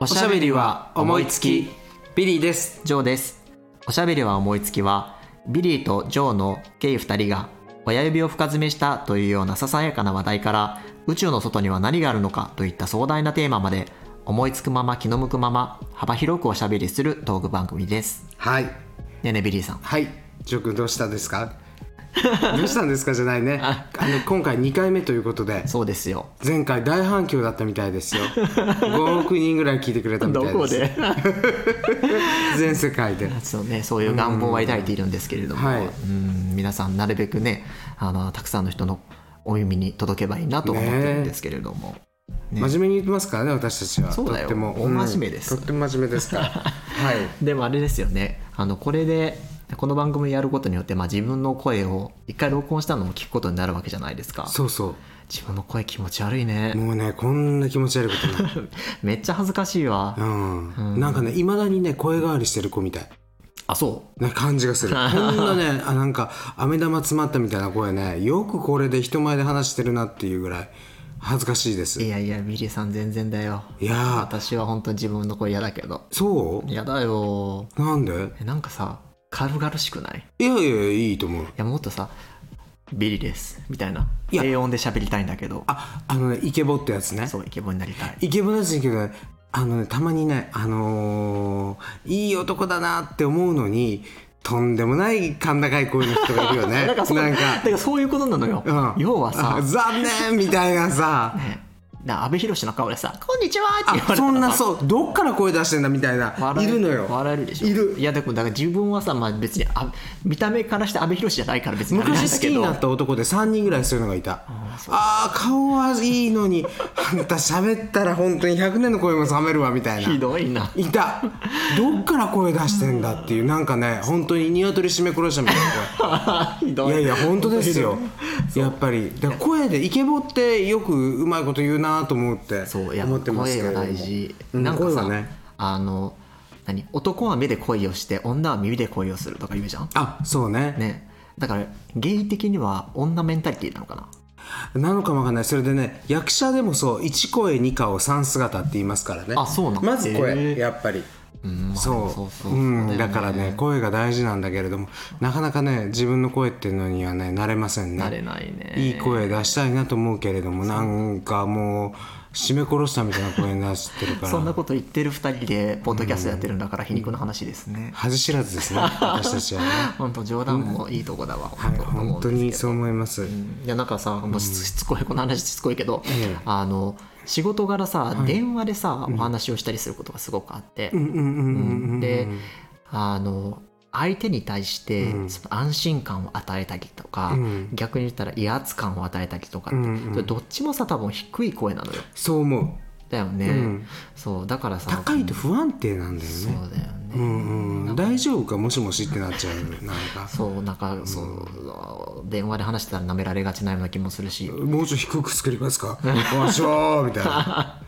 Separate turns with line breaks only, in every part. おしゃべりは思いつき
ビリーです
ジョーですおしゃべりは思いつきはビリーとジョーのゲイ2人が親指を深爪したというようなささやかな話題から宇宙の外には何があるのかといった壮大なテーマまで思いつくまま気の向くまま幅広くおしゃべりするトーク番組です
はい
ねえねえビリーさん
はいジョー君どうしたんですか どうしたんですかじゃないねあの今回2回目ということで
そうですよ
前回大反響だったみたいですよ5億人ぐらい聞いてくれたみたいです全世界で
そうね、そういう願望は抱いているんですけれども、
はい
うん皆さんなるべくねあのたくさんの人のお耳に届けばいいなと思ってるんですけれども、ね
真面目に言ってますからね私たちは
そうだよ
とっても
大真面目です
うんとっても真面目ですからはい
でもあれですよねあのこれでこの番組やることによって、まあ、自分の声を一回録音したのを聞くことになるわけじゃないですか
そうそ
自分の声気持ち悪いうね
もうねこんな気持ち悪いことない、
めっちゃ恥ずかしいわ、
うん
うん
なんかねいまだにね声変わりしてる子みたい
あそう
な感じが するこんなねあなんか飴玉詰まったみたいな声ねよくこれで人前で話してるなっていうぐらい恥ずかしいです
い
い
やいやミリーさん全然だよ
やー
私は本当に自分の声嫌だけど
そ
嫌だよ
うなんで
えなんかさ軽々しくない
いやいやいいと思う
いやもっとさ「ビリです」みたいない
や
低音で喋りたいんだけど
ああのねイケボってやつね
そうイケボになりたい
イケボなんですけどねあのねたまにねあのーいい男だなって思うのにとんでもない甲高い声の人がいるよ ね
だからそう
な
だ
ん
か
から
そういうことなのよ、
うん
要はさ
あ残念みたいなさ
ねな阿部寛の顔でさ「こんにちは」って言われた
あ
ら
そんなそうどっから声出してんだみたいな
笑
い
え
るのよ
笑えるでしょ
いる
いやでもだから自分はさ、まあ、別にあ見た目からして阿部寛じゃないから別にあれなん
昔
だ
好
け
きに
ど
なった男で3人ぐらいそういうのがいたあー顔はいいのにあんた喋ったら本当に100年の声も冷めるわみたいな
ひどいない
たどっから声出してんだっていうなんかね本当に鶏締め殺したみたいな 声
ひど
い
い
やいや本当ですよやっぱりだから声でイケボってよくうまいこと言うなと思って
そういや
思ってますけれ
声
ど
が
も
大事、
うん
なんか
声
さ、
はね
あの何男は目で恋をして女は耳で恋をするとか言うじゃん
あそうね
ねだからゲイ的には女メンタリティーなのかな
なのかもわかんないそれでね役者でもそう1声2顔3姿って言いますからね
あそうなの
まず声、
へー
やっぱり
うんまあ
そう
そうそう
うん、だからね声が大事なんだけれどもなかなかね自分の声っていうのにはね慣れませんね
慣れないね
いい声出したいなと思うけれどもなんかもう締め殺したみたいな声出してるから
そんなこと言ってる2人でポッドキャストやってるんだから皮肉な話ですね、
恥知ら ずですね私たちはね
本当冗談もいいとこだわ、
はい本当にそう思います、
いやなんかさもうししつこいこの話しつこいけど、
ええ
あの仕事柄さ、電話でさお話をしたりすることがすごくあって、
うんうんうんうんうん
であの相手に対して
うん
その安心感を与えたりとか、
うん
逆に言ったら威圧感を与えたりとかって、
うんうん
それどっちもさ多分低い声なのよ
そう思
だよね、
うん
そうだから
う
さ
高いと不安定なんだよ
そうだ
ね
よね、
うんうん大丈夫かもしもしってなっちゃうなんか
そうなんかそう、電話で話してたら舐められがちなような気もするし、
もうちょっと低く作りますかわしょーみたいな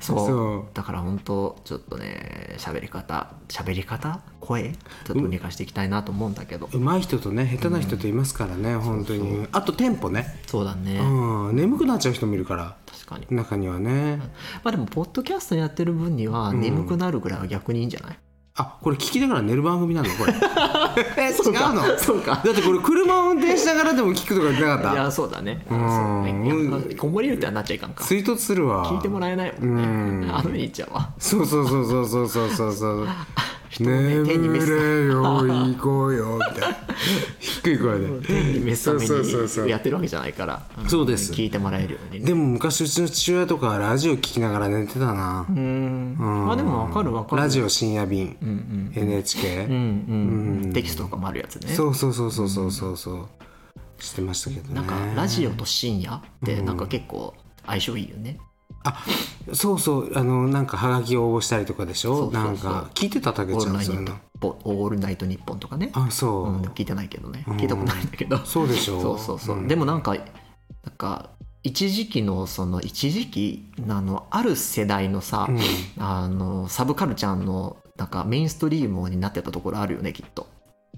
そう
そう
だから本当ちょっとね喋り方喋り方声ちょっとどうにかしていきたいなと思うんだけど、
上手い人とね下手な人といますからね、本当にあとテンポね、
そうだね、
うん、眠くなっちゃう人もいるから
確かに
中にはね
まあでもポッドキャストやってる分には眠くなるぐらいは逆にいいんじゃない、
あこれ聞きながら寝る番組なのこれえ違うの だ
そうか
ってこれ車を運転しながらでも聞くとか言ってないかっ
やそうだね
ん
そうねいや
うん
子守歌になっちゃいかん
た
か
追突するわ
聞いてもらえないもんね
うん
あの兄ちゃんは
そうそうそうそうそうそうそうそう
人をね手に
眠
召す
れよ行こうよみたいな 低い声で
天に召すため
そうそうそうそう
にやってるわけじゃないからん
そうです
聞いてもらえるようにね
でも昔うちの父親とかラジオ聞きながら寝てたな、
うーん
うん
まあでもわかるわかる
ラジオ深夜便、NHK、
うんうんテキストとかもあるやつね
そうそうそうそうそうそうそうしてましたけどね
なんかラジオと深夜ってなんか結構相性いいよね、
あそうそうあのなんかハガキを応募したりとかでしょ
そうそうそう
なんか聞いてたたけ
オー
ちゃ
ル
ん
ナイト
そういう
ニッ
の
ポンオールナイトニッポンとかね、
あそう、
うん、聞いてないけどね、聞いたことないんだけど
そうでしょ
そうそうそう、
ん
でもなんかなんか一時期のその一時期あのある世代のさ、
うん
あのサブカルチャーのなんかメインストリームになってたところあるよねきっと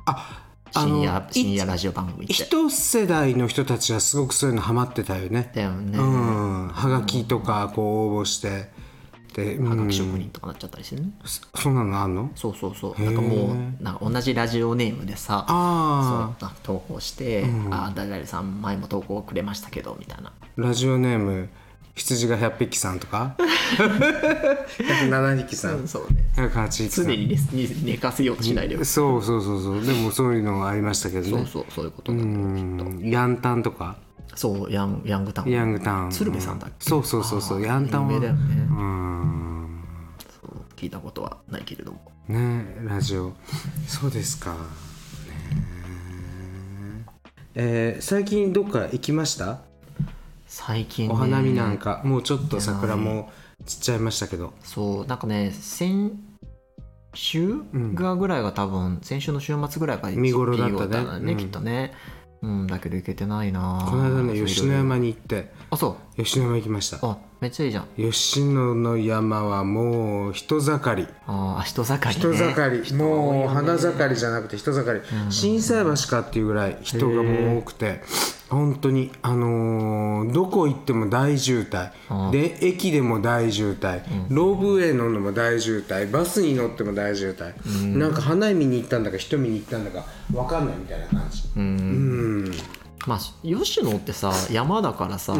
ああの
深夜
い
深夜ラジオ番組って
一世代の人たちはすごくそういうのハマってたよね
だよね、
うんハガキとかこう応募してで、うん
はがき職人とかなっちゃったりしてね、
そそんなのあんの
そうそうそう
へー
なんかもうなんか同じラジオネームでさそう
あ
なんか投稿して「
うん
ああ誰々さん前も投稿くれましたけど」みたいな
あラジオネーム羊が100匹さん とか107匹さん
そうね
108匹さ
常
ん
に寝寝寝かせようとしないでよ
そうそうそうそうでもそういうのがありましたけど
そう
ね
そうそういうこと
う
だね
んヤンタンとか
そうヤンヤングタウン
ヤングタウン
鶴瓶さんだっけ
そうそうそうそう
あー
ヤンタンは
有名だよね
うん
そう聞いたことはないけれども
ねラジオそうですかねえー最近どっか行きました
最近、ね、
お花見なんかもうちょっと桜も散っちゃいましたけど
そうなんかね先週
ん
がぐらいが多分先週の週末ぐらいが
見頃だった
見頃
ね
ん
うん
きっとねうんだけど行けてないな
この間ね吉野山
に
に行って
あそう
吉野山行きました
あめっちゃいいじゃん
吉野の山はもう人盛り
あー人盛り、ね、
人盛り、もう花
り
盛りじゃなくて人盛り、心斎橋かっていうぐらい人がもう多くて本当にあのーどこ行っても大渋滞
うん
で駅でも大渋滞、ローブウェイ乗るのも大渋滞バスに乗っても大渋滞、なんか花見に行ったんだか人見に行ったんだか分かんないみたいな感じうん
まあ吉野ってさ山だからさ、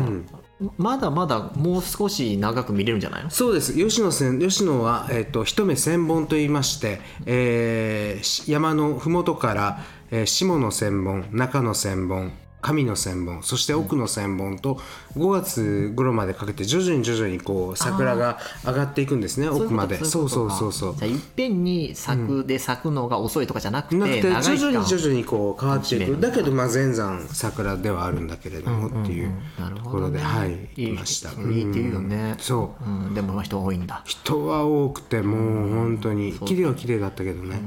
まだまだもう少し長く見れるんじゃないの
そうです吉野線吉野は、えっと一目千本と言いまして、えーし山の麓から、えー下の千本中の千本上の千本そして奥の千本と5月頃までかけて徐々に徐々にこう桜が上がっていくんですね奥まで
そ
そ
い
う
うこと
そうそう
いこと
そう
かじゃあいっぺんに咲くで咲くのが遅いとかじゃなくて、
なくて
長い時間
徐々に徐々にこう変わってい
楽しめる
くだけどまあ全山桜ではあるんだけれどもっていう
なる
と
ほ
こ
ど
ろ
ね
で、はい行きました
いいいいっていうよね
うんそう
うん、でも人多いんだ
人は多くてもう本当に綺麗は綺麗だったけどね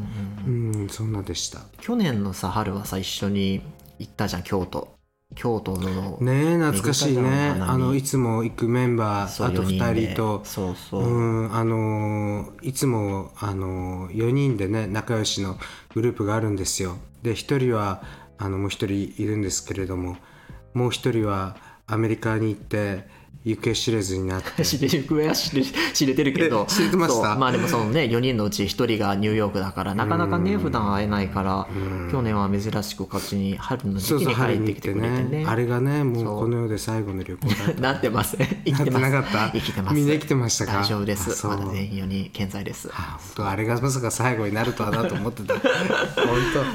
うんそんなでした
去年のさ春はさ一緒に行ったじゃん京都京都の、
ねえ懐かしい
めでたい
ね
な花見
あのいつも行くメンバ
そ
ー
う
あと
4人で
2人と
そうそう、
うんあのーいつもあのー4人でね仲良しのグループがあるんですよで1人はあのもう1人いるんですけれどももう1人はアメリカに行って行方知れずになっ て
知れ行方は知れ知れてるけど
え知れてました
そうまあでもそのね4人のうち1人がニューヨークだからなかなかね普段会えないから去年は珍しくこっちに春の
そ
時期
うそ
に
う春
帰っ
に
て
行
き
っ
て
て
くれて
ね
ね
あれがね
そ
も
う
うこの世で最後の旅行だっ た
なってません生きてます
なってなかっ
生
た
きてます
みんな生きてましたか
大丈夫です
あそう
まだ全員4人健在です
あ本当あれがまさか最後になるとはなと思 ってた本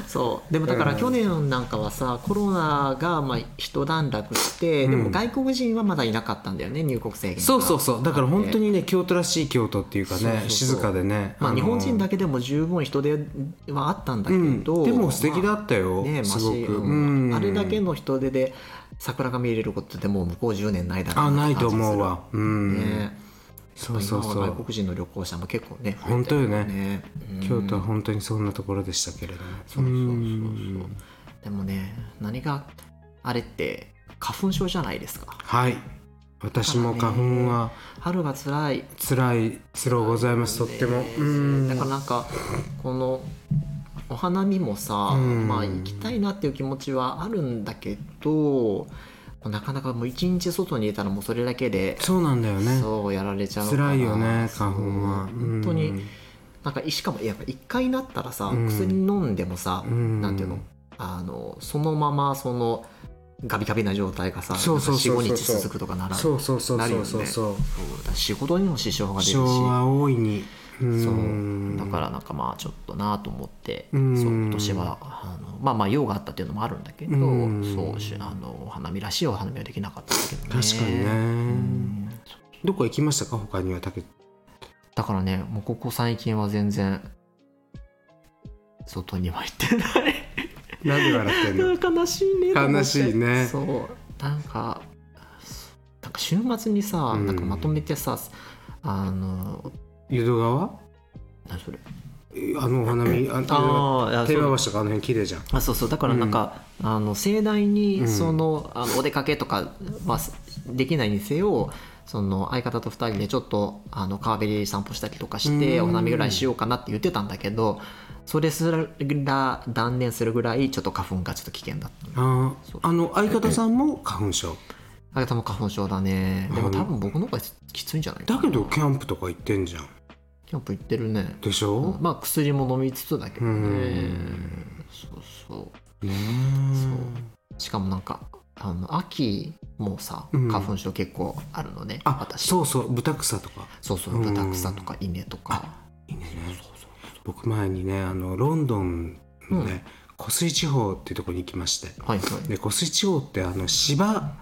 そうでもだから去年なんかはさコロナがまあ一段落して、でも外国人はまだいなかったんだよね入国制限
当
が
そうそうそうだから本当にね京都らしい京都っていうかね
そうそうそう
静かでね、
まあ、
の
日本人だけでも十分人手はあったんだけど、
うんでも素敵だったよ
ね
す
マ
ご
シ
く
うん
うん
あれだけの人手で桜が見れることってもう向こう10年ないだろう
あ
って
ない
感
と
じす
思
る
うわうん、
ね
そうそう
今
そ
は
う
外国人の旅行者も結構ね
本当よね
うん
京都は本当にそんなところでしたけれども
そうそうそうそうでもね何があれって花粉症じゃないですか
はい私も花粉は
春が辛い
辛いつろうございますとってもうん
だからなんかこのお花見もさ、
うん
まあ行きたいなっていう気持ちはあるんだけどなかなかもう一日外にいたらもうそれだけで
そうなんだよね
そうやられちゃうから
辛いよね花粉は
そう本当
う
に
ん
なんかしかもやっぱ一回なったらさ、
うん
薬飲んでもさ、
うん
なんていうのあのそのままそのガビガビな状態がさ
そうそうそうそう
なんか45日続くとかなら
そうそうそうそうそうそう、
そうだ仕事にも支障が出るし
昭和大いに
そうだかららなんかまあちょっとなと思って、
うん
そう今年はあのまあまあ用があったっていうのもあるんだけど、
うん
そうしあのお花見らしいお花見はできなかったんだけどね
確かにね、
うん
どこ行きましたか他にはたけ
だからねもうここ最近は全然外には行ってない
なんで笑ってんの
悲しいねと思 って
悲しいね
そうなんかなんか週末にさ、
うん
なんかまとめてさあの
湯戸川
何それ
えあのお花見あ
あーいや
手間橋とかあの辺綺麗じゃん
あそうそうだからなんか、あの盛大
う
に
ん
その,、あのお出かけとか、まあ、できないにせよその相方と2人でちょっとあの川べり散歩したりとかして
うん
お花見ぐらいしようかなって言ってたんだけどそれすら断念するぐらいちょっと花粉がちょっと危険だったの
あー
そう
あの相方さんも花粉症
あれ多分花粉症だねでも多分僕の方がきついんじゃないか
だ
な
けどキャンプとか行ってんじゃん
キャンプ行ってるね
でしょ、
まあ薬も飲みつつだけど
う
ね
ん
そうそう
ね
そうしかもなんかあの秋もさ
うん
花粉症結構あるのね、
あ
私
そうそうブタクサとか
そうそう
うん
ブタクサとか稲とか
いいね
そうそう
僕前にねあのロンドンのね、湖水地方っていうところに行きまして
はいはい
で湖水地方ってあの芝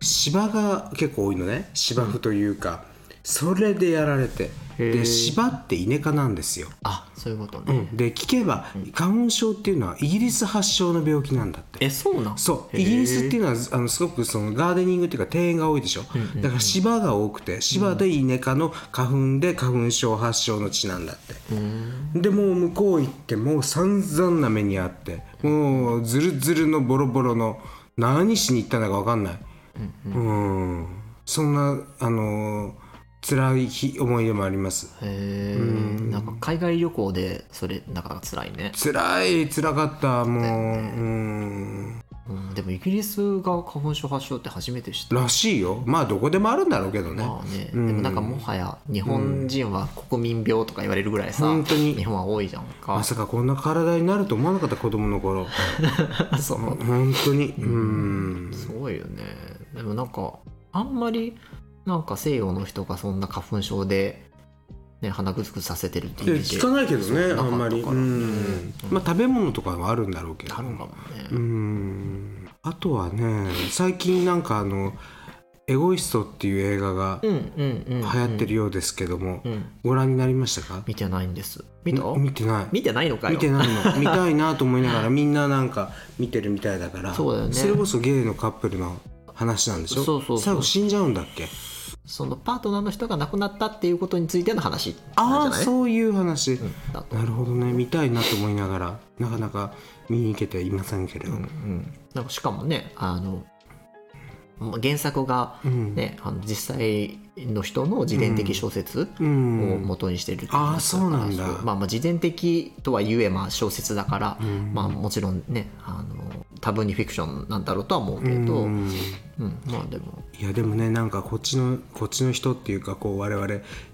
芝が結構多いのね芝生というか、それでやられて
へー
で芝ってイネ科なんですよ、
あそういうこと
う
ね、
ん、で聞けば花粉症っていうのはイギリス発祥の病気なんだって
えそうなん
そう
へー
イギリスっていうのはあのすごくそのガーデニングっていうか庭園が多いでしょ、
んうんうん
だから芝が多くて芝でイネ科の花粉で花粉症発祥の地なんだって、
うーん
でもう向こう行ってもう散々な目にあってもうズルズルのボロボロの何しに行ったんだか分かんないうんそんなあのー辛い日思い出もあります
へえんか海外旅行でそれなかなか辛いね、
辛い辛かったもう、
だよ
うん
うん、でもイギリスが花粉症発症って初めて知った
らしいよまあどこでもあるんだろうけどね、
まあね、
うん
でもなんかもはや日本人は国民病とか言われるぐらいさ、
本当に
日本は多いじゃんか
まさかこんな体になると思わなかった子供の頃
そう
本当にうん
すごいよねでもなんかあんまりなんか西洋の人がそんな花粉症で、ね、鼻ぐずぐずさせてるってイ
いや
メージ
聞かないけど
そう
ねあんま
な
りう
かったから
んまあ食べ物とかはあるんだろうけど
あるんかも
うー
ね
んあとはね最近なんかあの「エゴイスト」っていう映画が
う
流
んうんうん、うん、
行ってるようですけども、
うん
ご覧になりましたか
見てないんです見た
み見てない
見てないのかよ
見てな いの見たいなと思いながらみんななんか見てるみたいだから
そうだよね
れこそゲイのカップルの話なんでしょ
そうそうそう
最後死んじゃうんだっけ
そのパートナーの人が亡くなったっていうことについての話
あ
なん
あ
じゃない
そういう話、
うんだと
なるほどね見たいなと思いながらなかなか見に行けていませんけれど
うんう
も、
ん、なんかしかもねあのま原作が、
うん
ねあの実際の人の自伝的小説
う
を
ん
元にしてるっていう
あー
話から
そうなんだ
そうまあ、まあ自伝的とはいえ、まあ、小説だから、
うん
まあ、もちろんねあの多分にフィクションなんだろうとは思うけど、う
うんん
まあでも
いやでもねなんかこっちのこっちの人っていうかこう我々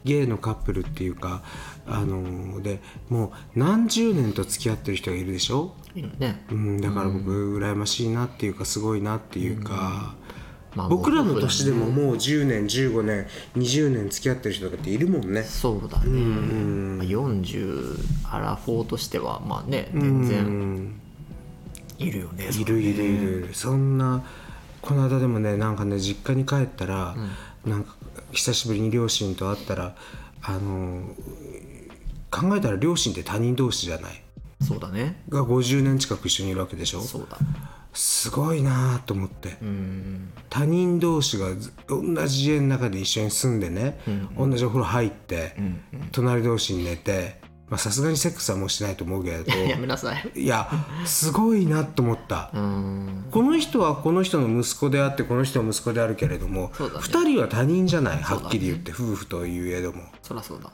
ゲイのカップルっていうかあのーでもう何十年と付き合ってる人がいるでしょ、
いいよね、
うん、だから僕羨ましいなっていうかすごいなっていうか、
まあ、
僕らの
もう
年でももう10年15年20年付き合ってる人とかっているもんね
そうだね、
うん
まあ、40アラフォーとしてはまあね全
う
然
ん
いるよね、
いるいるいるそんなこの間でもねなんかね実家に帰ったら、なんか久しぶりに両親と会ったらあの考えたら両親って他人同士じゃない
そうだね
が50年近く一緒にいるわけでしょ
そうだ
すごいなと思って、
うん
他人同士がず同じ家の中で一緒に住んでね、同じお風呂入って、
うん
隣同士に寝てまあさすがにセックスはもうしないと思うけれど
やめなさ い
いやすごいなと思った
う。ん
この人はこの人の息子であってこの人の息子であるけれども、
そうだね
2人は他人じゃない
う
は
だね
っきり言って、夫婦というえども
そらそうだ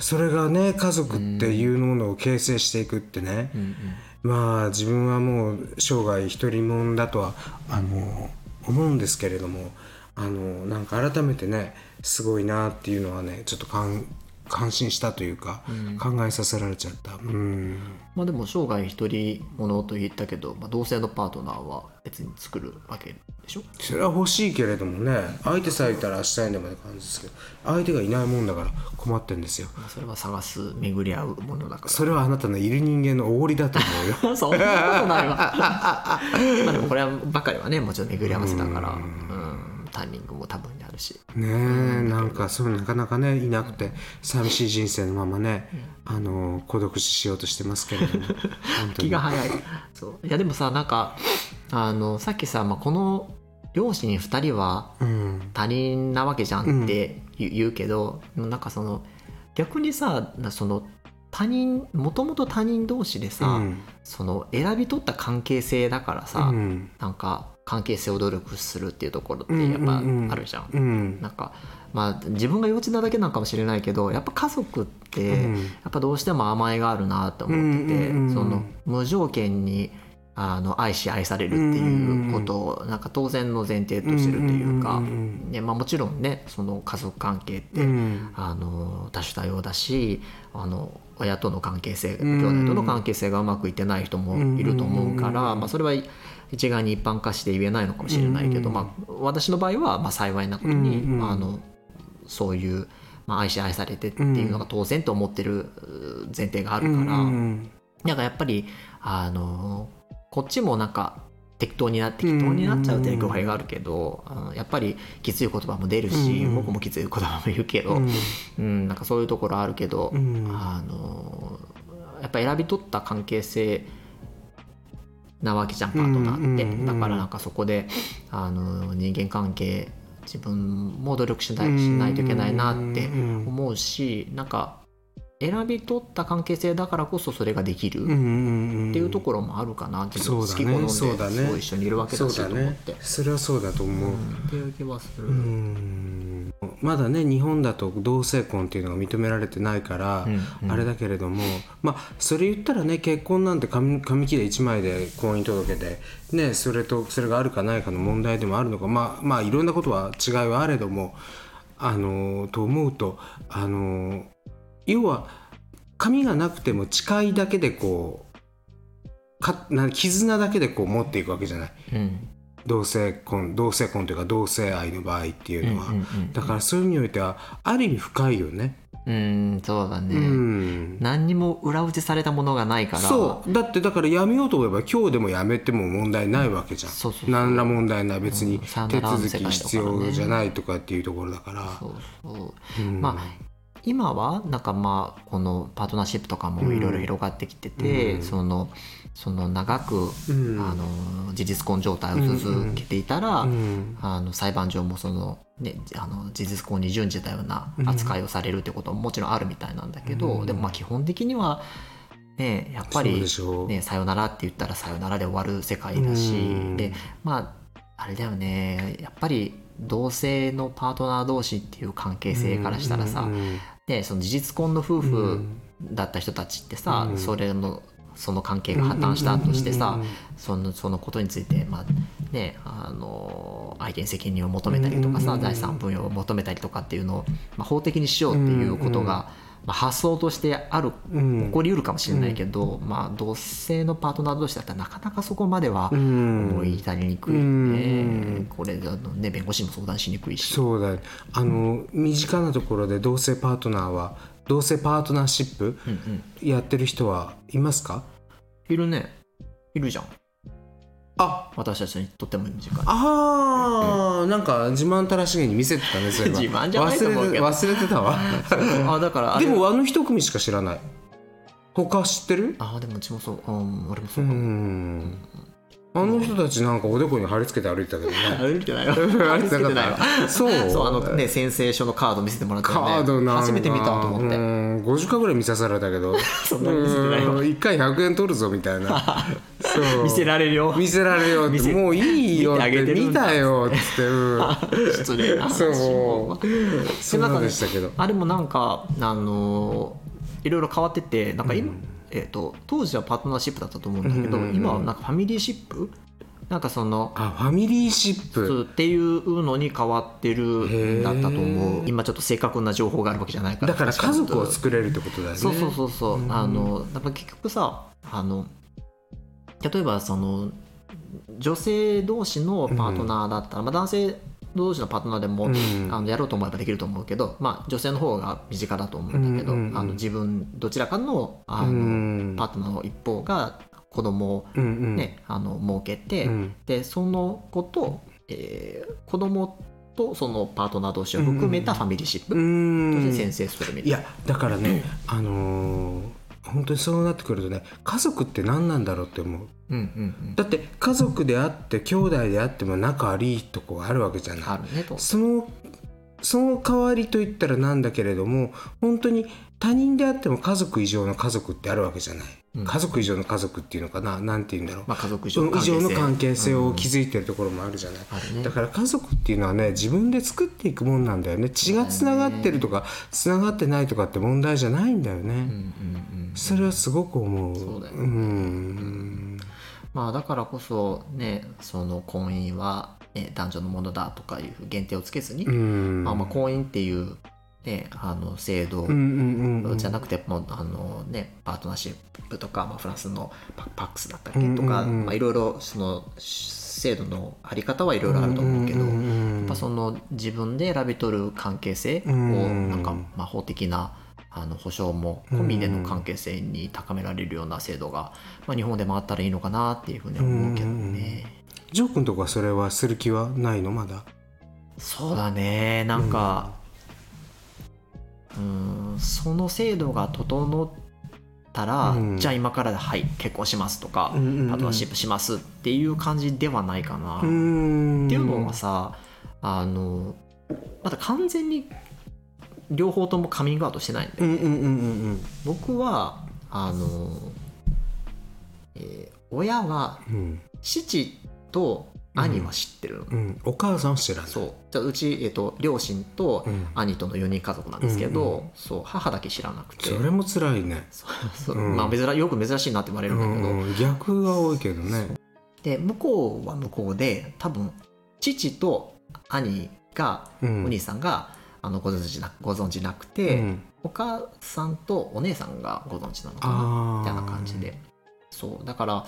それがね家族っていうものを形成していくってね、
うん
まあ自分はもう生涯一人もんだとはあの思うんですけれどもあのなんか改めてねすごいなっていうのはねちょっと感感心したというか、考えさせられちゃった。うん
まあでも生涯一人ものと言ったけど、まあ、同性のパートナーは別に作るわけでしょ
それは欲しいけれどもね相手さえいたら明日にでもって感じですけど相手がいないもんだから困ってんですよ
まあそれは探す巡り合うものだか
それはあなたのいる人間のおごりだと思
ら
うよ
そんなことないわ まあでもこれはばかりはねもちろん巡り合わせだからうんタイミングも多分にあるし
ねえなんかそういうのなかなかねいなくて寂しい人生のままねあの孤独死しようとしてますけれども本 当
気
に
が早いそういやでもさなんかあのさっきさ、まあ、この両親2人は
うん
他人なわけじゃんって言う言うけど、でもなんかその逆にさなその他人もともと他人同士でさ、
うん
その選び取った関係性だからさ、
うん
なんか関係性を努力するっていうところって
うんうん
やっぱあるじゃん。
うん
なんかまあ、自分が幼稚なだけなんかもしれないけどやっぱ家族って、
うん
やっぱどうしても甘えがあるなって思ってて、
うんうんうんうん
その無条件にあの愛し愛されるっていうことをなんか当然の前提としてるというか、
うんうんうんうん
ねまあ、もちろんねその家族関係って、
うん
あの多種多様だしあの親との関係性
ん
兄弟との関係性がうまくいってない人もいると思うから、まあ、それは一概に一般化して言えないのかもしれないけど、
うん
まあ、私の場合はまあ幸いなことに、
うんうん
あのそういう、まあ、愛し愛されてっていうのが当然と思ってるう前提があるから。
うん
なんかやっぱりあのこっちもなんか適当にな適当になっちゃうっていう語弊があるけど、あのやっぱりきつい言葉も出るし、
うん
僕もきつい言葉も言うけど、
う
うんんなんかそういうところあるけど、
うん
あのやっぱ選び取った関係性なわけじゃんパートナーって、
うんうんうん
だからなんかそこであの人間関係自分も努力しないしないといけないなって
うん
思うしなんか選び取った関係性だからこそそれができる
うんうん
っていうところもあるかな自分
そう
好
だ
き
ね
好んで
そうだね
そう一緒にいるわけ
そ
だ
う
しと
だ
思っ
ね
て。
それはそうだと思う、
うんっていう気はする。
うんまだね日本だと同性婚っていうのが認められてないから、
うんうん
あれだけれどもまあそれ言ったらね結婚なんて紙紙切れ1枚で婚姻届で、ね、それとそれがあるかないかの問題でもあるのかまあまあいろんなことは違いはあれどもあのと思うとあの要は紙がなくても誓いだけでこうかな絆だけでこう持っていくわけじゃない
うん
同性婚同性婚というか同性愛の場合っていうのは、
うんうんうん
だからそういう意味においてはある意味深いよね。
うんそうだね、
うん
何にも裏打ちされたものがないから
そうだってだからやめようと思えば今日でもやめても問題ないわけじゃん、
そうそうそう
何ら問題ない別に
うんさよ
手
ならの
続
世界
き
だからね
必要じゃないとかっていうところだから
そうそう
うん
まあ今はなんかまあこのパートナーシップとかもいろいろ広がってきてて、
うん
そのその長く、
うん
あの事実婚状態を続けていたら、
うん
あの裁判所もその、ね、あの事実婚に準じたような扱いをされるってことももちろんあるみたいなんだけど、
うん
でもまあ基本的には、ね、やっぱ
そう
り
でしょう、
ね「さよなら」って言ったら「さよなら」で終わる世界だし、
うん
でまああれだよねやっぱり同性のパートナー同士っていう関係性からしたらさ、
うんうん
ね、その事実婚の夫婦だった人たちってさ、
うん
それのその関係が破綻したとしてさ、
うんうんうんうん
そのそのことについて、まあね、あの相手に責任を求めたりとかさ、
うんうんうん
財産分与を求めたりとかっていうのを、まあ、法的にしようっていうことが、
うん
まあ、発想としてある
うん
起こりうるかもしれないけど、まあ、同性のパートナー同士だったらなかなかそこまでは
うん
思い至りにくいよ
うんう
ね
ん
これあの、ね、弁護士にも相談しにくいし。
そうだよあの身近なところで同性パートナーは同性パートナーシップ
うんうん、
やってる人はいますか
いるねいるじゃん
あ
私たちにとっても短い。
あーなんか自慢たらしげに見せてたねそれは
自慢じゃないと思うけど
忘れて忘れてたわ
あだからあれ
でもあの一組しか知らない他知ってる
あでもうちもそう、うん、俺も
う
そうかも。
んあの人たちなんかおでこに貼り付けて歩いてたけどね
歩いてないわ。
貼
歩
り
いて
付けて
な
ない
いわ
わ。そう
そうあのね宣誓書のカード見せてもらったよね
カードなんか
初めて見たと思って、
うん50回ぐらい見さされたけど
そんなに見せてないわ
うん1回100円取るぞみた いなそう
見せられるよ
見せられるよっ
見
て
せ
もういいよっ
見てあげ
て
てる
見
んだ
たよっつって、う ん、
失礼な話
そうそ
で
う
なんか
なん
ね
でしたけど
あれもなんかあのーいろいろ変わっててなんか今、えー、と当時はパートナーシップだったと思うんだけど、
うんうんうん
今はなんかファミリーシップなんかその
あファミリーシップ
っていうのに変わってるんだったと思
へ
う
ー
今ちょっと正確な情報があるわけじゃないから
だから家族を作れるってことだよね
そうそうそうそう、
うん
あのやっぱ結局さあの例えばその女性同士のパートナーだったら、まあ、男性同士のパートナーでも、
うん
あのやろうと思えばできると思うけど、まあ、女性の方が身近だと思うんだけど、
うんうんうん
あの自分どちらかのあの、
うん
パートナーの一方が子供を、
うんうん
ねあの設けて、
うん
でその子と、えー、子供とそのパートナー同士を含めたファミリーシップ
う
として先
ん
生するみたい
い
な。
やだからね、あのー本当にそうなってくるとね家族って何なんだろうって思う
うんうん
だって家族であって兄弟であっても仲悪いとこがあるわけじゃ
うん、
ない
あるねと
そのその代わりといったらなんだけれども本当に他人であっても家族以上の家族ってあるわけじゃない、
うん
家族以上の家族っていうのかななんて言うんだろう、
まあ、家族以
そ
上
の以上の関係性を
築
築いてるところもあるじゃない、
あるね
だから家族っていうのはね自分で作っていくもんなんだよね血がつながってるとかつながってないとかって問題じゃないんだよね、
うんうんうん
それはすごく思う
そうだよね
ん
まあだからこそねその婚姻は、ね、男女のものだとかいう限定をつけずに、
うん
まあ、まあ婚姻っていう、ね、あの制度
うんうんうんうん
じゃなくて、もうあのね、パートナーシップとか、まあ、フランスのパパックスだったっけとか、
うんうんうん
まあ、いろいろその制度のあり方はいろいろあると思うけど、
んんん
やっぱその自分で選び取る関係性を
うん
なんかまあ法的なあの保障も込みでの関係性に高められるような制度が、まあ、日本でもあったらいいのかなっていうふうには思うけどね。
ジョー君とかそれはする気はないのまだ
そうだねなんか、うん、その制度が整ったら、
うん
じゃあ今からはい結婚しますとか、パートナーシップしますっていう感じではないかな。
うん
っていうのはさあのまだ完全に両方ともカミングアウトしてないんで
うんうんうんうん
僕はあの、えー親は
うんうん
父と兄は知ってるの、
うんお母さんは知らない
そうじゃあうち、えー、と両親と
うん
兄との4人家族なんですけど、
うんう
そう母だけ知らなくて
それも辛いね
そうそう
うん
まあ、珍よく珍しいなって言われるんだけど、
うんうん逆が多いけどね
で向こうは向こうで多分父と兄が
お
お兄さんがあのご存知なご存知なくて、お母さんとお姉さんがご存知なのかなみたいな感じでそうだから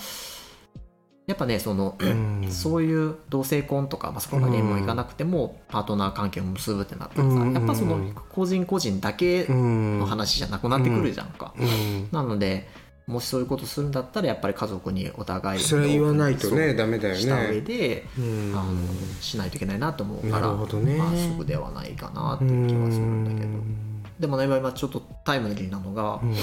やっぱねその、そういう同性婚とか、まあ、そこまでもいかなくても、パートナー関係を結ぶってなったらさ、
うん
やっぱその個人個人だけの
の
話じゃなくなってくるじゃんか、なのでもしそういうことするんだったらやっぱり家族にお互い
それ言わないとねダメだよね
した上で、
うん
あのしないといけないなと思うから
なるほどね
まあ、すぐではないかなっていう気はするんだけど、でもね今ちょっとタイムリーなのが、
うん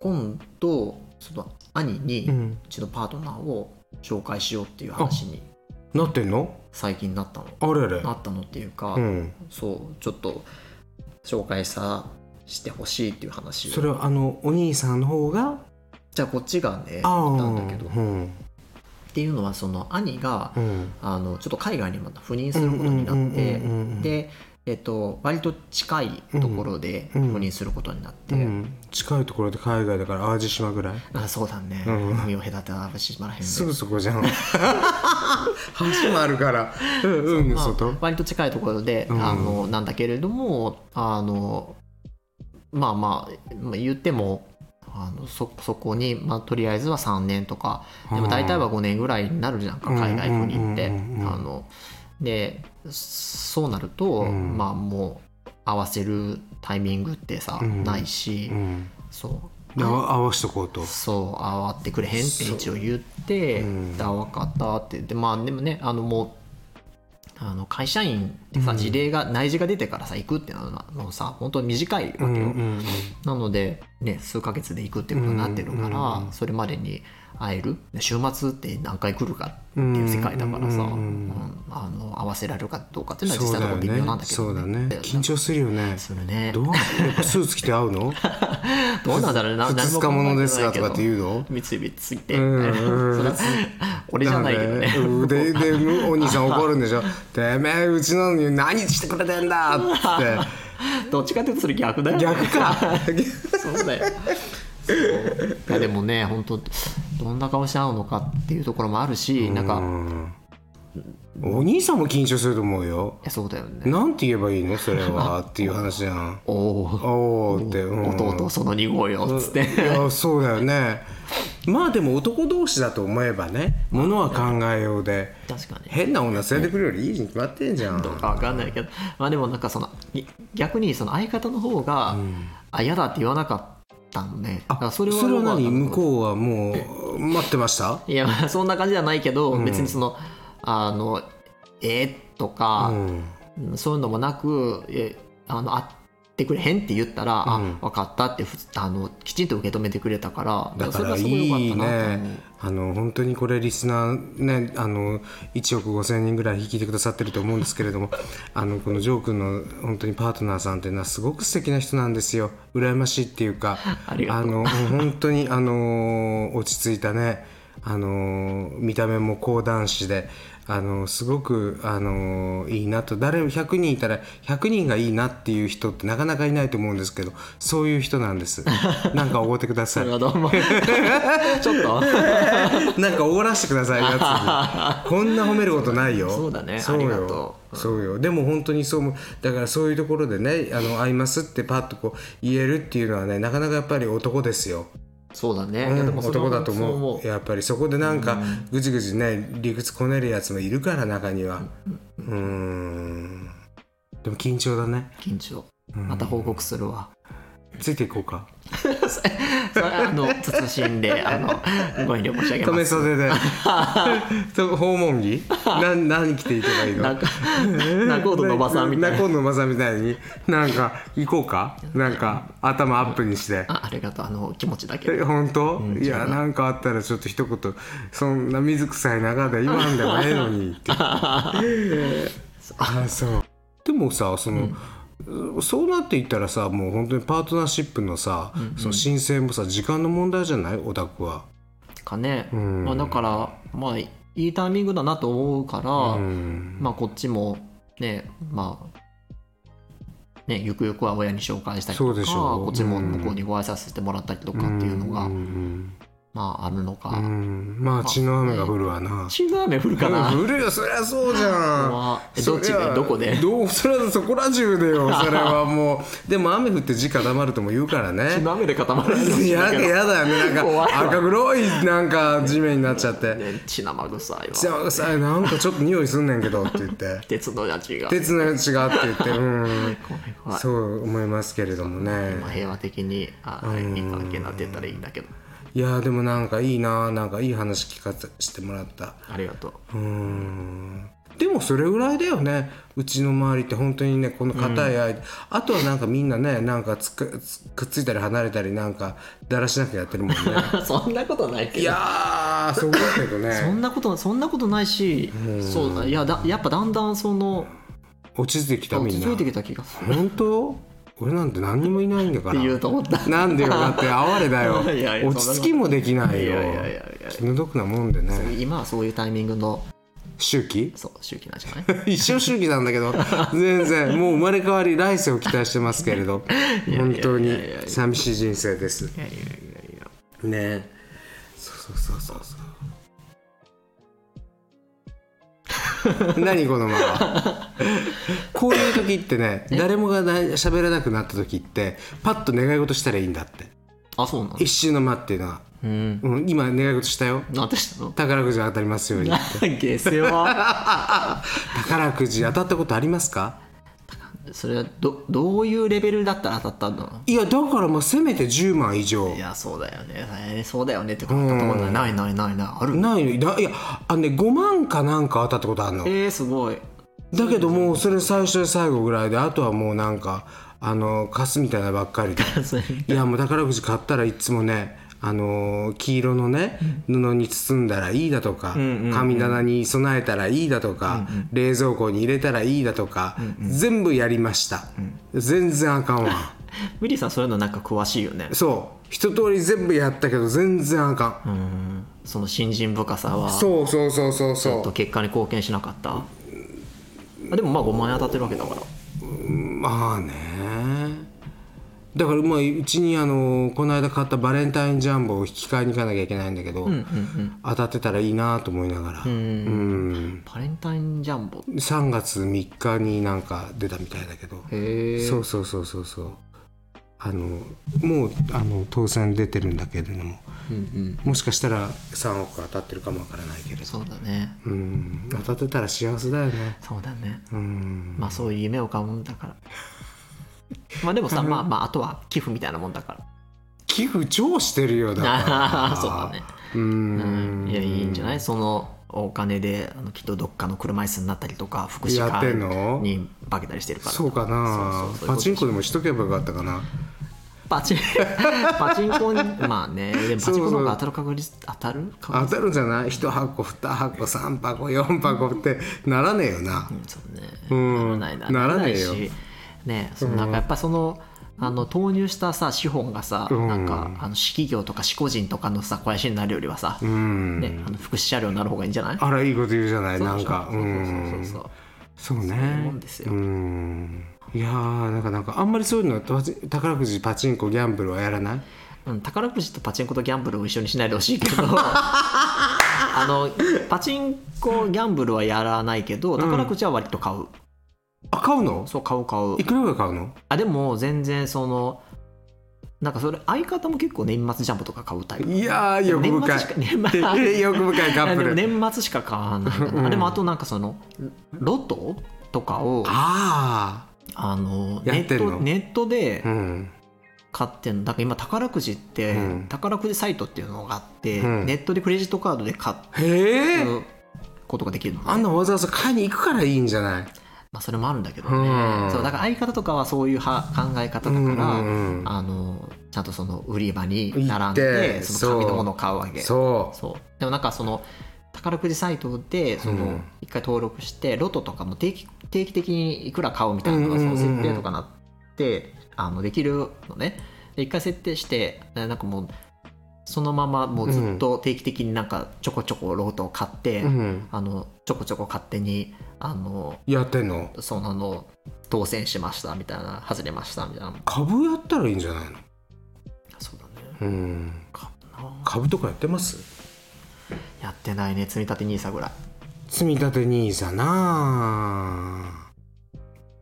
今度その兄にう
う
んちのパートナーを紹介しようっていう話に
なってんの
最近なったの、
あれれ
なったのっていうか、
うん
そうちょっと紹介さしてほしいっていう話を
それはあのお兄さんの方が
じゃあこっちがね
あ
言
あ
ったんだけど、
う
っ
ん
ていうのはその兄が、
うん
あのちょっと海外にまた赴任することになって、
うんうんうんうんうん
で、えっと、割と近いところで
うん
赴任することになって、
うん近いところで海外だから淡路島ぐらい
あそうだね、
うん
海を隔てたらしまらへんです
ぐそこじゃ ん橋もあるからうんうん
まあ
外
割と近いところで、
うん
あのなんだけれどもあのまあまあまあ言ってもあのそそこに、まあ、とりあえずは3年とかでも大体は5年ぐらいになるじゃんか
うん
海外赴任って。あ
うんうんうんうん
のでそうなると、
うん
まあもう合わせるタイミングってさ、
うん
ないし、
うん
そう
で合わ合わしとこうと
そう会わってくれへんって一応言って「で
そううん
あ分かった」ってでまあでもねあのもうあの会社員ってさ
うん
事例が内示が出てからさ行くってなるのはさ本当に短いわけよ、
うんうん
なので、ね、数ヶ月で行くってことになってるから、
うんうん
それまでに会えるで週末って何回来るかって
うん
いう世界だからさ、
うんうん
うんあの合わせられるかどうかっていうのは実
そう
際のと
だ
こ
よ
ろ微妙なん
ね
だけど
そうだね緊張するよね
するね
どうやっぱスーツ着て合 うの
どうなんだろうな
二日ものですがとかって
う
言うの
三井ついて、
うん
それは俺じゃないけどね
だからねででむお兄さん怒るんでしょ 「てめえうちなのに何してくれてんだ!」っ
どっちかというとそれ逆だよ
て
ね
逆か
そうだよそういやでもね本当どんな顔して会うのかっていうところもあるしなんか、
う
い
んお兄さんも緊張すると思うよ
やそうだよね
なんて言えばいいのそれ はっていう話じゃん。
おお
おーって、うん
弟その2号よっつって、
いやそうだよねまあでも男同士だと思えばねものは考えよ うで
確かに
変な女連れてくるよりいいに決まってんじゃん
どうかわかんないけどまあでもなんかそのい逆にその相方の方が、あ嫌だって言わなかったのねだからそれは
それは何
なん
向
か
こうはもう待ってました
いやまあそんな感じじゃないけど、別にそのあのえーとか、
うん
うんそういうのもなくえあの会ってくれへんって言ったら、
うん
あ分かったってふあのきちんと受け止めてくれたから
だか
それ
ら
はいすごい良か
い
ったなと思う
ねあの本当にこれリスナーねあの1億5千人ぐらい聞いてくださってると思うんですけれども あのこのジョー君の本当にパートナーさんっていうのはすごく素敵な人なんですよ羨ましいっていうか
ありがとう
の本当にあの落ち着いたねあの見た目も高男子でああのすごくあのいいなと誰も100人いたら100人がいいなっていう人ってなかなかいないと思うんですけどそういう人なんです なんかおごってくだ
そ
さい
れはどうも ちょっと
なんかおごらせてくださいやつこんな褒めることないよ
そうだね
そうよ
ありがと
そうよでも本当にそう思うだからそういうところでね「あの会います」ってパッとこう言えるっていうのはねなかなかやっぱり男ですよ
そうだね、
う
いやで
ん、
もそれは
男だと
そう
思うやっぱりそこでなんかぐじぐじね理屈こねるやつもいるから中にはうーんでも緊張だね
緊張
うん
また報告するわ、
ついていこうか
それはあの慎んであのご遠慮申し上げ
留
ま
め
す
袖で と訪問着 な何着ていけばいいの
なんか 仲人のおばさんみたいな
仲人のおばさんみたいになんか行こうかなんか頭アップにして
あありがとうあの気持ちだけ
え本当、
ん
いやなんかあったらちょっと一言そんな水臭い中で言わんでもええのにってあそうでもさその、そうなっていったらさもう本当にパートナーシップのさ、その申請もさ時間の問題じゃないオタクは。
かね、
うん
まあ、だからまあいいタイミングだなと思うから、
うん
まあこっちもねまあね、ゆくゆくは親に紹介したり
そ
と
う
か
でしょう
こっちも向こうにご挨拶させてもらったりとかっていうのが、
んん
まああるの
う
か、
んまあ血の雨が降るわな。
チーム雨降るかな、
うん降るよそりゃそうじゃん。
まあ えどっち
そりゃ
でどこで
どうそれはそこら中でよそ れはもうでも雨降って地固まるとも言うから
血
ね
の雨で固まらない
いややだよねな ん
怖いわ
か赤黒いなんか地面になっちゃって
ね、血生臭
「
いわ
ささなんかちょっと匂いすんねんけど」って言って
鉄の味
「
が
鉄のやつが」って言ってうん
怖い怖い
そう思いますけれどもね
まあ、平和的にあいい関係になってったらいいんだけど
いやでもなんかいいななんかいい話聞かせてもらった
ありがとう
うーんでもそれぐらいだよねうちの周りって本当にねこの固い愛、あとはなんかみんなねなんかつくつくっついたり離れたりなんかだらしなくやってるもんね
そんなことないけど
いやーそうだけど
そ
ね
んなことそんなことないし、そうだいやだやっぱだんだんその
落ち着いてきたみ
落
ん
ち
な
着いてきた気がする
本当俺なんて何にもいないんだか
って言う
ら
と思った。
なんでよだって哀れだよ
いやいや
落ち着きもできないよ
いやいやいやいや
気の毒なもんでね
今はそういうタイミングの
周期
そう周期なんじゃない？
一生周期なんだけど全然もう生まれ変わり来世を期待してますけれど
いや
本当
い
に
やいやいや
寂しい人生です
いやいやいやいや。
ねそうそうそうそうそう何このままこういう時ってね誰もがな喋らなくなった時ってパッと願い事したらいいんだって
あそうなの
一。瞬の間っていうのは、
うん。
うん、今願い事したよ
なんでしたの？
宝くじが当たりますように
下世話。
宝くじ当たったことありますか
それはどどういうレベルだったら当たったの？
いやだからもうせめて10万以上
いやそうだよね、えーそうだよねってこととこないないないないないある。
ないのだいやあのね5万かなんか当たったことあるの
えー、すごい。
だけどもうそれ最初で最後ぐらいであとはもうなんかあの貸すみたいなのばっかりで
それ
いやもう宝くじ買ったらいつもねあのー黄色のね布に包んだらいいだとか、神棚に備えたらいいだとか、冷蔵庫に入れたらいいだとか、全部やりました、全然あかんわ
ミリーさんそういうのなんか詳しいよね。
そう一通り全部やったけど全然あかん、
うん。その信心深さはち
そうそうそうそうそう
ょっと結果に貢献しなかった。あでもまあ5万円当たってるわけだから。
まあねだからまあうちにあのこの間買ったバレンタインジャンボを引き換えに行かなきゃいけないんだけど、当たってたらいいなと思いながら、うん
バレンタインジャンボ。
3月3日になんか出たみたいだけど、
へえ。
そうそうそうそうそうあのもうあの当選出てるんだけれども
うんうん。
もしかしたら3億当たってるかもわからないけれど、
そうだね。
うん、当たってたら幸せだよね
そうだね。
うん
まあそういう夢を買うもんだから。 まあでもさ、まあまああとは寄付みたいなもんだか
寄付超してるよだから
ら。そうだね。
う
うん
ん
いやいいんじゃないそのお金であのきっとどっかの車椅子になったりとか福祉
やってんの
課に化けたりしてるから
そうかな
そうそうそういうこと
パチンコでもしとけばよかったかな
パチンパチン コにまあねでもパチンコの方が当たる確率当たる確
当たるんじゃない1箱2箱3箱4箱ってならねえよな
率そうね
うん
ならない
な
な
ら
らな
ね
い
え
し
よ
ねそのなんかやっぱその、あの投入したさ資本がさ、
うん
なんかあの私企業とか私個人とかのさ肥やしになるよりはさ、
うん、
ね、あの福祉車両になる方がいいんじゃない
あらいいこと言うじゃない
そうでしょ
なんか
そううそ
ん
うそうそうそう
そう
う
ね。
いうもんですよ
んいやーなんかなんかあんまりそういうのと宝くじパチンコギャンブルはやらない。
うん、宝くじとパチンコとギャンブルを一緒にしないでほしいけ どあのパチンコギャンブルはやらないけど宝くじは割と買う、
あ買うの？
そう買う買う
いくらぐらい買うの？
あでも全然そのなんかそれ相方も結構年末ジャンプとか買うタイプ
いやー欲
年末
深
しか年
い。
末
欲深いカップ
でも
ル。
年末しか買わないかな、
うん
あでもあとなんかそのロトとかをあ
あ
のネ
やっ
ッ
てんの
トネットで
あ。うん。
買ってんのだから今宝くじって、
うん
宝くじサイトっていうのがあって、
うん
ネットでクレジットカードで買
へえ。
うことができるのね、
あんなわざわざ買いに行くからいいんじゃない？
まあ、それもあるんだけど
う
ね
ん
そうだから相方とかはそういうは考え方だから、
うんうんうん
あのちゃんとその売り場に
行
並
っ
ん
て
でその紙のものを買うわけ
そ
そうでもなんかその宝くじサイトでそ
うん
の一回登録してロトとかも定期定期的にいくら買おうみたいなのがその設定とかなってあのできるのねで一回設定してでなんかもうそのままもうずっと定期的になんかちょこちょこロトを買って、
う。うん。
あのちょこちょこ勝手にあの
やってんの？
そのあの当選しましたみたいな外れましたみたいな
株やったらいいんじゃないの？
そうだね
うん。
な
株とかやってます？
やってないね積み立て NISA ぐらい
積み立て兄さんなあ。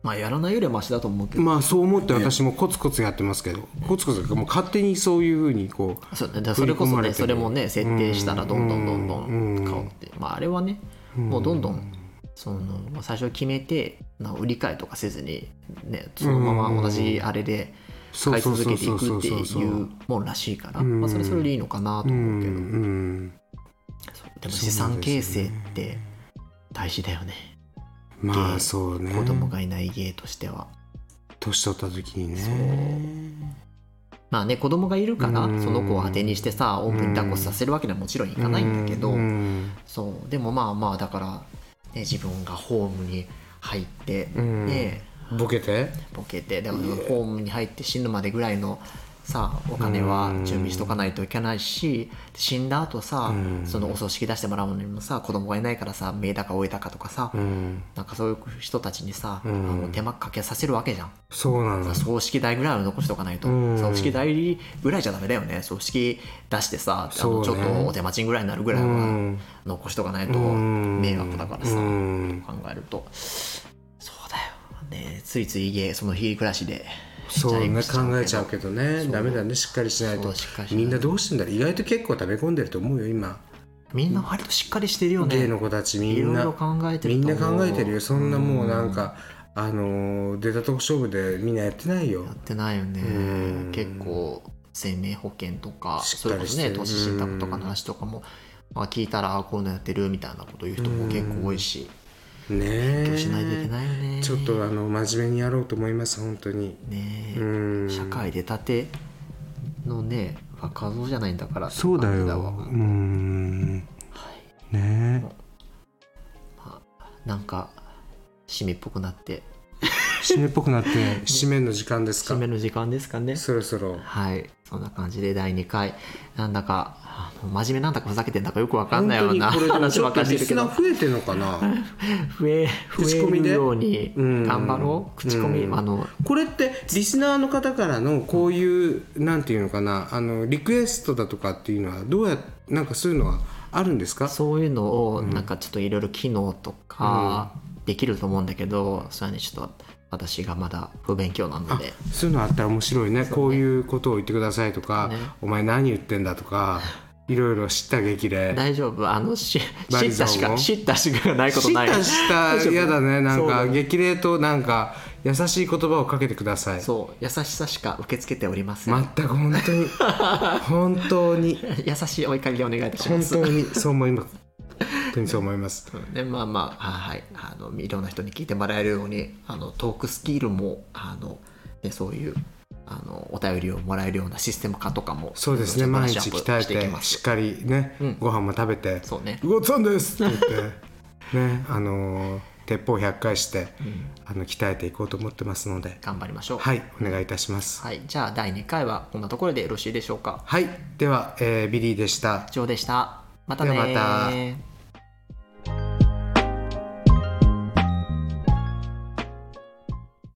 まあやらないよりはマシだと思うけど、
まあそう思って私もコツコツやってますけど、コツコツもう勝手にそういうふうにこう
そうだからそれこ
振り込
そ
まれ
ね
て
それもね設定したらどんどんどんど
うん
ん買おうってまああれはねもうどんどんそのまあ最初決めてな売り買いとかせずにねそのまま同じあれで
そう
買い
そう
続
そ
け
う
て
そ
いく
う
っていうもんらしいからまあそれそれでいいのかなと
うんう
思うけど
ん
そうでも資産形成って大事だよね
まあそうね
子供がいない芸としては。
年取った時に
そう
ね
まあね子供がいるから
うん
その子を当てにしてさオープンに抱っこさせるわけにはもちろんいかないんだけど、
うん
そうでもまあまあだから、ね、自分がホームに入って、
うん
ね
ボケて
ボケてでもホームに入って死ぬまでぐらいのさお金は準備しとかないといけないし死んだ後さ、
うん
そのお葬式出してもらうのにもさ子供がいないからさめだかおえだかとかさ、
うん
なんかそういう人たちにさ、
うん
あの手間かけさせるわけじゃん。
そうなの
葬式代ぐらいは残しとかないと、
うん
葬式代ぐらいじゃダメだよね葬式出してさ、あ
そう
の
ね
ちょっとお手間賃ぐらいになるぐらいうは
ん
残しとかないと
うん
迷惑だからさ、
うん
考えるとそうだよねついつい家その日暮らしで
そう
じゃ
ね
あ
考えちゃうけどね
そう
ダメだねしっかりしない
そ
と
うしっかりしない
みんなどうしてんだろう意外と結構食べ込んでると思うよ今
みんな割としっかりしてるよね
芸の子たちみ
いろ
ん
い
な
ろ考えて
み
る
ん
と
な
思う
考えてるよそんなもうなん
ん
か、あのー出たとこ勝負でみんなやってないよ
やってないよね
うん
結構生命保険とか
しっ
そ
か
れ
り
こそ
して
ね
る
投資信託とかの話とかも、まあ、聞いたらあこういうのやってるみたいなこと言う人も結構多いし
ね
勉
え
強しないといけないよね
ちょっとあの真面目にやろうと思います本当に
ねえ
うん
社会出たてのね若造じゃないんだからあれわ
んね
なんか締めっぽくなって
え締めっぽくなって 締めの時間です
締
か
めの時間ですかね
そろそろ
はいそんな感じで第2回なんだかあの真面目なんだかふざけてんだかよくわかん
本
ないよ
当
う
に
な
これでも
話
ちょ
ばっ
っと
かりしてるけ
リス
ど
ナー増えてんのかな
増え
口コ
増え
ミで
るように
うん
頑張ろう口コミ
うん
あの
これってリスナーの方からのこういうなんていうのかなあのリクエストだとかっていうのはどうやなんかそういうのはあるんですか
そういうのをなんかちょっといろいろ機能とかできると思うんだけどそれはねちょっと私がまだ不勉強なので
そういうのあったら面白いねこういうことを言ってくださいとか、
ね
お前何言ってんだとかいろいろ知った激励
大丈夫あのし
バ
知っ
リ
た
ゾン
し
を
か知ったしかないこと
知っ
ない
たした嫌だねなん
そう
か
だね
激励となんか優しい言葉をかけてください
そう優しさしか受け付けておりません、
全く本当に本当に
優しいお怒りでお願いいたしま
本
す
当にそう思います本当にそう思います
でまあまあはいあのいろんな人に聞いてもらえるようにあのトークスキルもあの、ね、そういうあのお便りをもらえるようなシステム化とかも
そうです
ちょ
ね
っと
毎
ブラッシ
日
ュアップしていき
鍛え
ま
てし
す
っかりね、
うん
ご飯も食べて
そうね
「うごっつぁんです!」って言ってねあのー鉄砲100回して、あの鍛えていこうと思ってますので
頑張りましょうはい、
はいお願いいたします
じゃあ第2回はこんなところでよろしいでしょうか
はい、では、えービリーでした
以上でしたまた
で
ね
はまた
ー